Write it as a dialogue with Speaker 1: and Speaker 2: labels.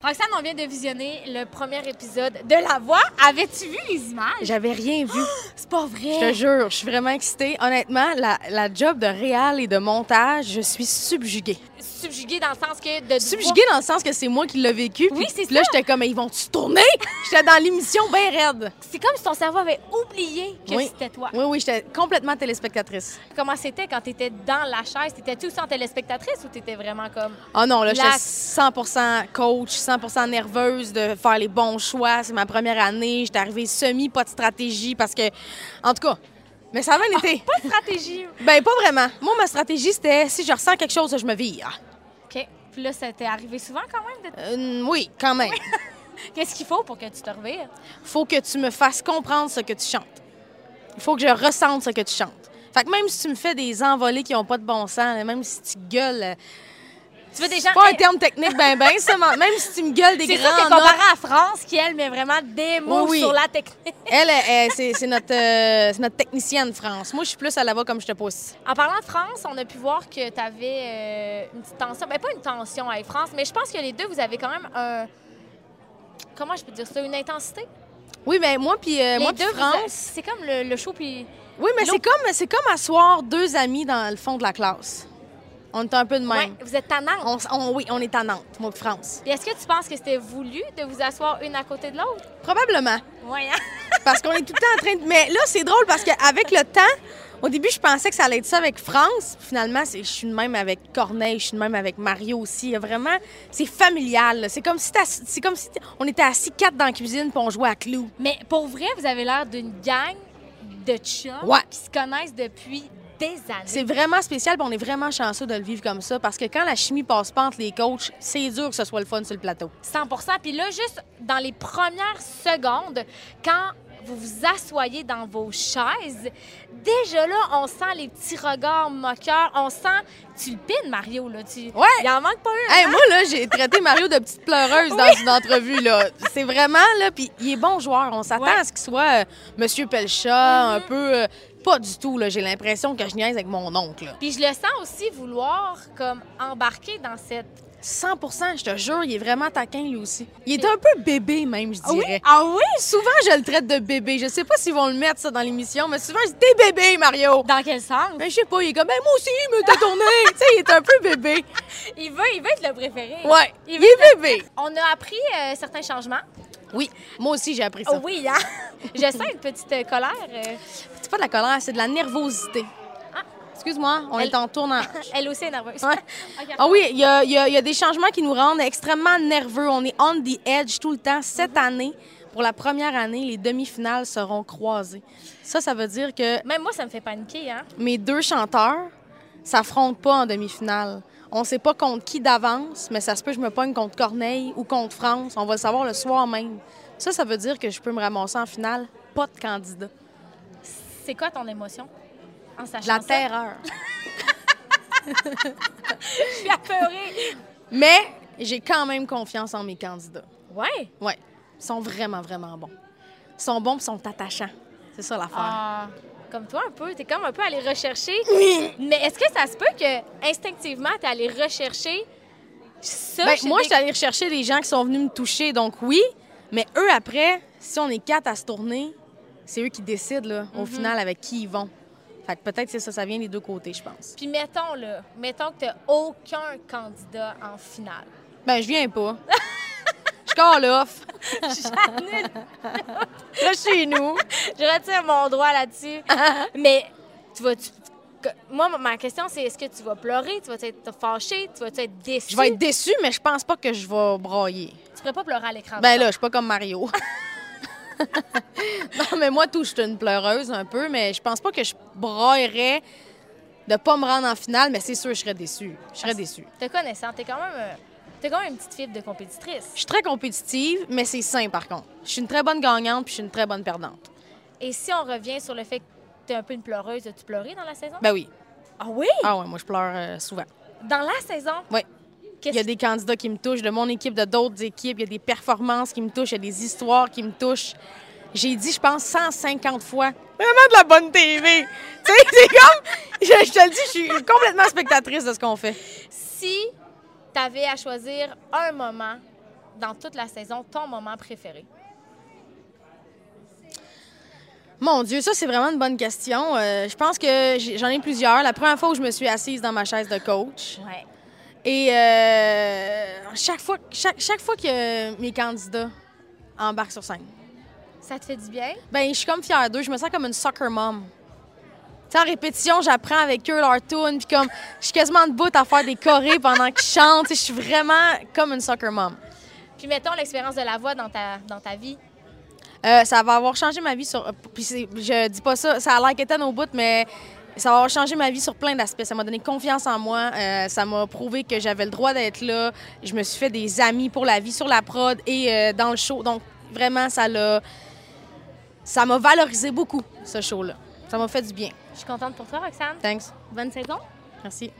Speaker 1: Roxane, on vient de visionner le premier épisode de La Voix. Avais-tu vu les images?
Speaker 2: J'avais rien vu.
Speaker 1: C'est pas
Speaker 2: Je te
Speaker 1: vrai.
Speaker 2: jure, je suis vraiment excitée. Honnêtement, la, la job de réal et de montage, je suis subjuguée.
Speaker 1: Subjugué dans le sens que de.
Speaker 2: Subjuguée dans le sens que c'est moi qui l'ai vécu.
Speaker 1: Oui,
Speaker 2: puis
Speaker 1: c'est
Speaker 2: Là, j'étais comme, Mais ils vont-tu tourner? j'étais dans l'émission bien raide.
Speaker 1: C'est comme si ton cerveau avait oublié que
Speaker 2: Oui.
Speaker 1: c'était toi.
Speaker 2: Oui, oui, j'étais complètement téléspectatrice.
Speaker 1: Comment c'était quand t'étais dans la chaise? T'étais-tu aussi en téléspectatrice ou t'étais vraiment comme.
Speaker 2: Ah non, là, j'étais
Speaker 1: La-
Speaker 2: 100% coach, 100% nerveuse de faire les bons choix. C'est ma première année. J'étais arrivée semi, pas de stratégie parce que, en tout cas, mais ça a bien été.
Speaker 1: Pas de stratégie.
Speaker 2: Ben, pas vraiment. Moi, ma stratégie, c'était si je ressens quelque chose, je me vire.
Speaker 1: OK. Puis là, ça t'est arrivé souvent quand même. de-
Speaker 2: Euh, oui, quand même.
Speaker 1: Qu'est-ce qu'il faut pour que tu te revires?
Speaker 2: faut que tu me fasses comprendre ce que tu chantes. Il faut que je ressente ce que tu chantes. Fait que même si tu me fais des envolées qui n'ont pas de bon sens, là, même si tu gueules. euh,
Speaker 1: Tu veux des gens.
Speaker 2: C'est pas un
Speaker 1: Hey,
Speaker 2: terme technique, ben, ben, ça, mais même si tu me gueules des
Speaker 1: C'est ça que
Speaker 2: grands
Speaker 1: comparé
Speaker 2: notes,
Speaker 1: à France, qui elle met vraiment des mots
Speaker 2: Oui, oui.
Speaker 1: sur la technique.
Speaker 2: elle, elle, elle, c'est c'est notre, euh, c'est notre technicienne, France. Moi, je suis plus à la voix comme je te pousse.
Speaker 1: En parlant de France, on a pu voir que tu avais euh, une petite tension. Ben, pas une tension avec France, mais je pense que les deux, vous avez quand même un. Comment je peux dire ça? Une intensité?
Speaker 2: Oui, mais moi, puis euh,
Speaker 1: les
Speaker 2: moi, puis
Speaker 1: deux, vous a-
Speaker 2: France.
Speaker 1: C'est comme le, le show, puis.
Speaker 2: Oui, mais
Speaker 1: L'eau-
Speaker 2: c'est comme, c'est comme asseoir deux amis dans le fond de la classe. On est un peu de même.
Speaker 1: Ouais, vous êtes tannante.
Speaker 2: On, s- on- oui, on est à Nantes, moi, puis France.
Speaker 1: Puis Est-ce que tu penses que c'était voulu de vous asseoir une à côté de l'autre?
Speaker 2: Probablement.
Speaker 1: Oui, hein?
Speaker 2: parce qu'on est tout le temps en train de. Mais là, c'est drôle parce qu'avec le temps, au début, je pensais que ça allait être ça avec France. Puis Finalement, c'est- je suis de même avec Corneille, je suis de même avec Mario aussi. Il y a Vraiment, c'est familial. là. C'est comme si, t'as- c'est comme si t'- on était assis quatre dans la cuisine puis on jouait à clou.
Speaker 1: Mais pour vrai, vous avez l'air d'une gang de chums
Speaker 2: Ouais.
Speaker 1: qui se connaissent depuis des années.
Speaker 2: C'est vraiment spécial, puis on est vraiment chanceux de le vivre comme ça parce que quand la chimie passe pas entre les coachs, c'est dur que ce soit le fun sur le plateau.
Speaker 1: 100 Puis là, juste dans les premières secondes, quand vous vous asseyez dans vos chaises, déjà là, on sent les petits regards moqueurs. On sent... Tu le pines, Mario, là. Tu...
Speaker 2: Ouais.
Speaker 1: Il en manque pas un.
Speaker 2: Hey, moi, là, j'ai traité Mario de petite pleureuse dans une entrevue, là. C'est vraiment, là, puis il est bon joueur. On s'attend
Speaker 1: Ouais.
Speaker 2: à ce qu'il soit euh, Monsieur Pelcha, un peu... euh, pas du tout, là. J'ai l'impression que je niaise avec mon oncle, là.
Speaker 1: Puis je le sens aussi vouloir comme embarquer dans cette...
Speaker 2: 100 je te jure, il est vraiment taquin, lui aussi. Il est un peu bébé, même, je dirais.
Speaker 1: Ah oui?
Speaker 2: Souvent, je le traite de bébé. Je sais pas s'ils vont le mettre, ça, dans l'émission, mais souvent, je dis « T'es bébé, Mario!
Speaker 1: Dans quel sens? »
Speaker 2: Ben, je sais pas, il est comme « Ben, moi aussi, il me t'a tourné! » Tu sais, il est un peu bébé.
Speaker 1: Il veut, il veut être le préféré.
Speaker 2: Ouais,
Speaker 1: Il
Speaker 2: il
Speaker 1: veut
Speaker 2: est bébé.
Speaker 1: On a appris euh, certains changements.
Speaker 2: Oui, moi aussi, j'ai appris ça.
Speaker 1: Oh oui, hein? je sens une petite euh, colère. euh.
Speaker 2: C'est pas de la colère, c'est de la nervosité.
Speaker 1: Ah.
Speaker 2: Excuse-moi, on
Speaker 1: Elle-
Speaker 2: est en tournant.
Speaker 1: Elle aussi est nerveuse.
Speaker 2: Ouais.
Speaker 1: Ok.
Speaker 2: Ah oui, il y a, il y a- il y a des changements qui nous rendent extrêmement nerveux. On est on the edge tout le temps. Cette
Speaker 1: Mhm.
Speaker 2: année, pour la première année, les demi-finales seront croisées. Ça, ça veut dire que
Speaker 1: Même moi, ça me fait paniquer, hein?
Speaker 2: mes deux chanteurs s'affrontent pas en demi-finale. On sait pas contre qui d'avance, mais ça se peut que je me pogne contre Corneille ou contre France. On va le savoir le soir même. Ça, ça veut dire que je peux me ramasser en finale, pas de candidat.
Speaker 1: C'est quoi ton émotion en sachant
Speaker 2: De la
Speaker 1: ça?
Speaker 2: terreur.
Speaker 1: Je suis apeurée.
Speaker 2: Mais j'ai quand même confiance en mes candidats.
Speaker 1: ouais.
Speaker 2: Oui. Ils sont vraiment, vraiment bons. Ils sont bons puis ils sont attachants. C'est ça l'affaire.
Speaker 1: Ah, comme toi un peu, t'es comme un peu allé rechercher. Mais est-ce que ça se peut que instinctivement t'es allé rechercher ça
Speaker 2: Ben,
Speaker 1: chez
Speaker 2: moi,
Speaker 1: des-
Speaker 2: je suis allée rechercher les gens qui sont venus me toucher, donc oui. Mais eux, après, si on est quatre à se tourner, c'est eux qui décident, là, au final, avec qui ils vont. Fait que peut-être c'est ça, ça vient des deux côtés, je pense.
Speaker 1: Puis mettons là, mettons que t'as aucun candidat en finale.
Speaker 2: Ben, je viens pas. Je call off.
Speaker 1: J'annule.
Speaker 2: Là, chez nous.
Speaker 1: Je retire mon droit là-dessus. Mais tu vas tu que- moi ma- ma question c'est est-ce que tu vas pleurer, tu vas être fâché, tu vas être déçu.
Speaker 2: Je vais être déçue, mais je pense pas que je vais brailler.
Speaker 1: Tu pourrais pas pleurer à l'écran.
Speaker 2: Ben
Speaker 1: mettons.
Speaker 2: là, je suis pas comme Mario. non, mais moi, tout, je suis une pleureuse un peu, mais je pense pas que je braillerais de pas me rendre en finale, mais c'est sûr, je serais déçue. Je serais déçue.
Speaker 1: te connaissant, t'es quand même euh, t'es quand même une petite fibre de compétitrice.
Speaker 2: Je suis très compétitive, mais c'est sain, par contre. Je suis une très bonne gagnante, puis je suis une très bonne perdante.
Speaker 1: Et si on revient sur le fait que t'es un peu une pleureuse, as-tu pleuré dans la saison?
Speaker 2: Ben oui.
Speaker 1: ah oui?
Speaker 2: Ah ouais, moi, je pleure euh, souvent.
Speaker 1: Dans la saison?
Speaker 2: Oui. Il y
Speaker 1: Qu'est-ce
Speaker 2: a des candidats qui me touchent, de mon équipe, de d'autres équipes. Il y a des performances qui me touchent, il y a des histoires qui me touchent. J'ai dit, je pense, 150 fois, vraiment de la bonne TV. tu sais, c'est comme, je, je te le dis, je suis complètement spectatrice de ce qu'on fait.
Speaker 1: si t'avais à choisir un moment dans toute la saison, ton moment préféré?
Speaker 2: Mon Dieu, ça, c'est vraiment une bonne question. Euh, je pense que j'ai- j'en ai plusieurs. La première fois où je me suis assise dans ma chaise de coach,
Speaker 1: Ouais.
Speaker 2: et euh, chaque, fois, chaque, chaque fois que mes candidats embarquent sur scène,
Speaker 1: Ça te fait du bien?
Speaker 2: ben je suis comme fière d'eux. Je me sens comme une soccer mom. Tu sais, en répétition, j'apprends avec eux leur tune, puis comme, je suis quasiment debout à faire des chorés pendant qu'ils chantent. Tu sais, Je suis vraiment comme une soccer mom.
Speaker 1: Puis mettons l'expérience de la voix dans ta, dans ta vie.
Speaker 2: Euh, ça va avoir changé ma vie sur. euh, Puis c'est- je dis pas ça, ça a l'air qu'étant au bout, mais ça va avoir changé ma vie sur plein d'aspects. Ça m'a donné confiance en moi. euh, ça m'a prouvé que j'avais le droit d'être là. Je me suis fait des amis pour la vie sur la prod et euh, dans le show. Donc vraiment, ça l'a. Ça m'a valorisé beaucoup, ce show-là. Ça m'a fait du bien.
Speaker 1: Je suis contente pour toi, Roxane.
Speaker 2: Thanks.
Speaker 1: Bonne saison.
Speaker 2: Merci.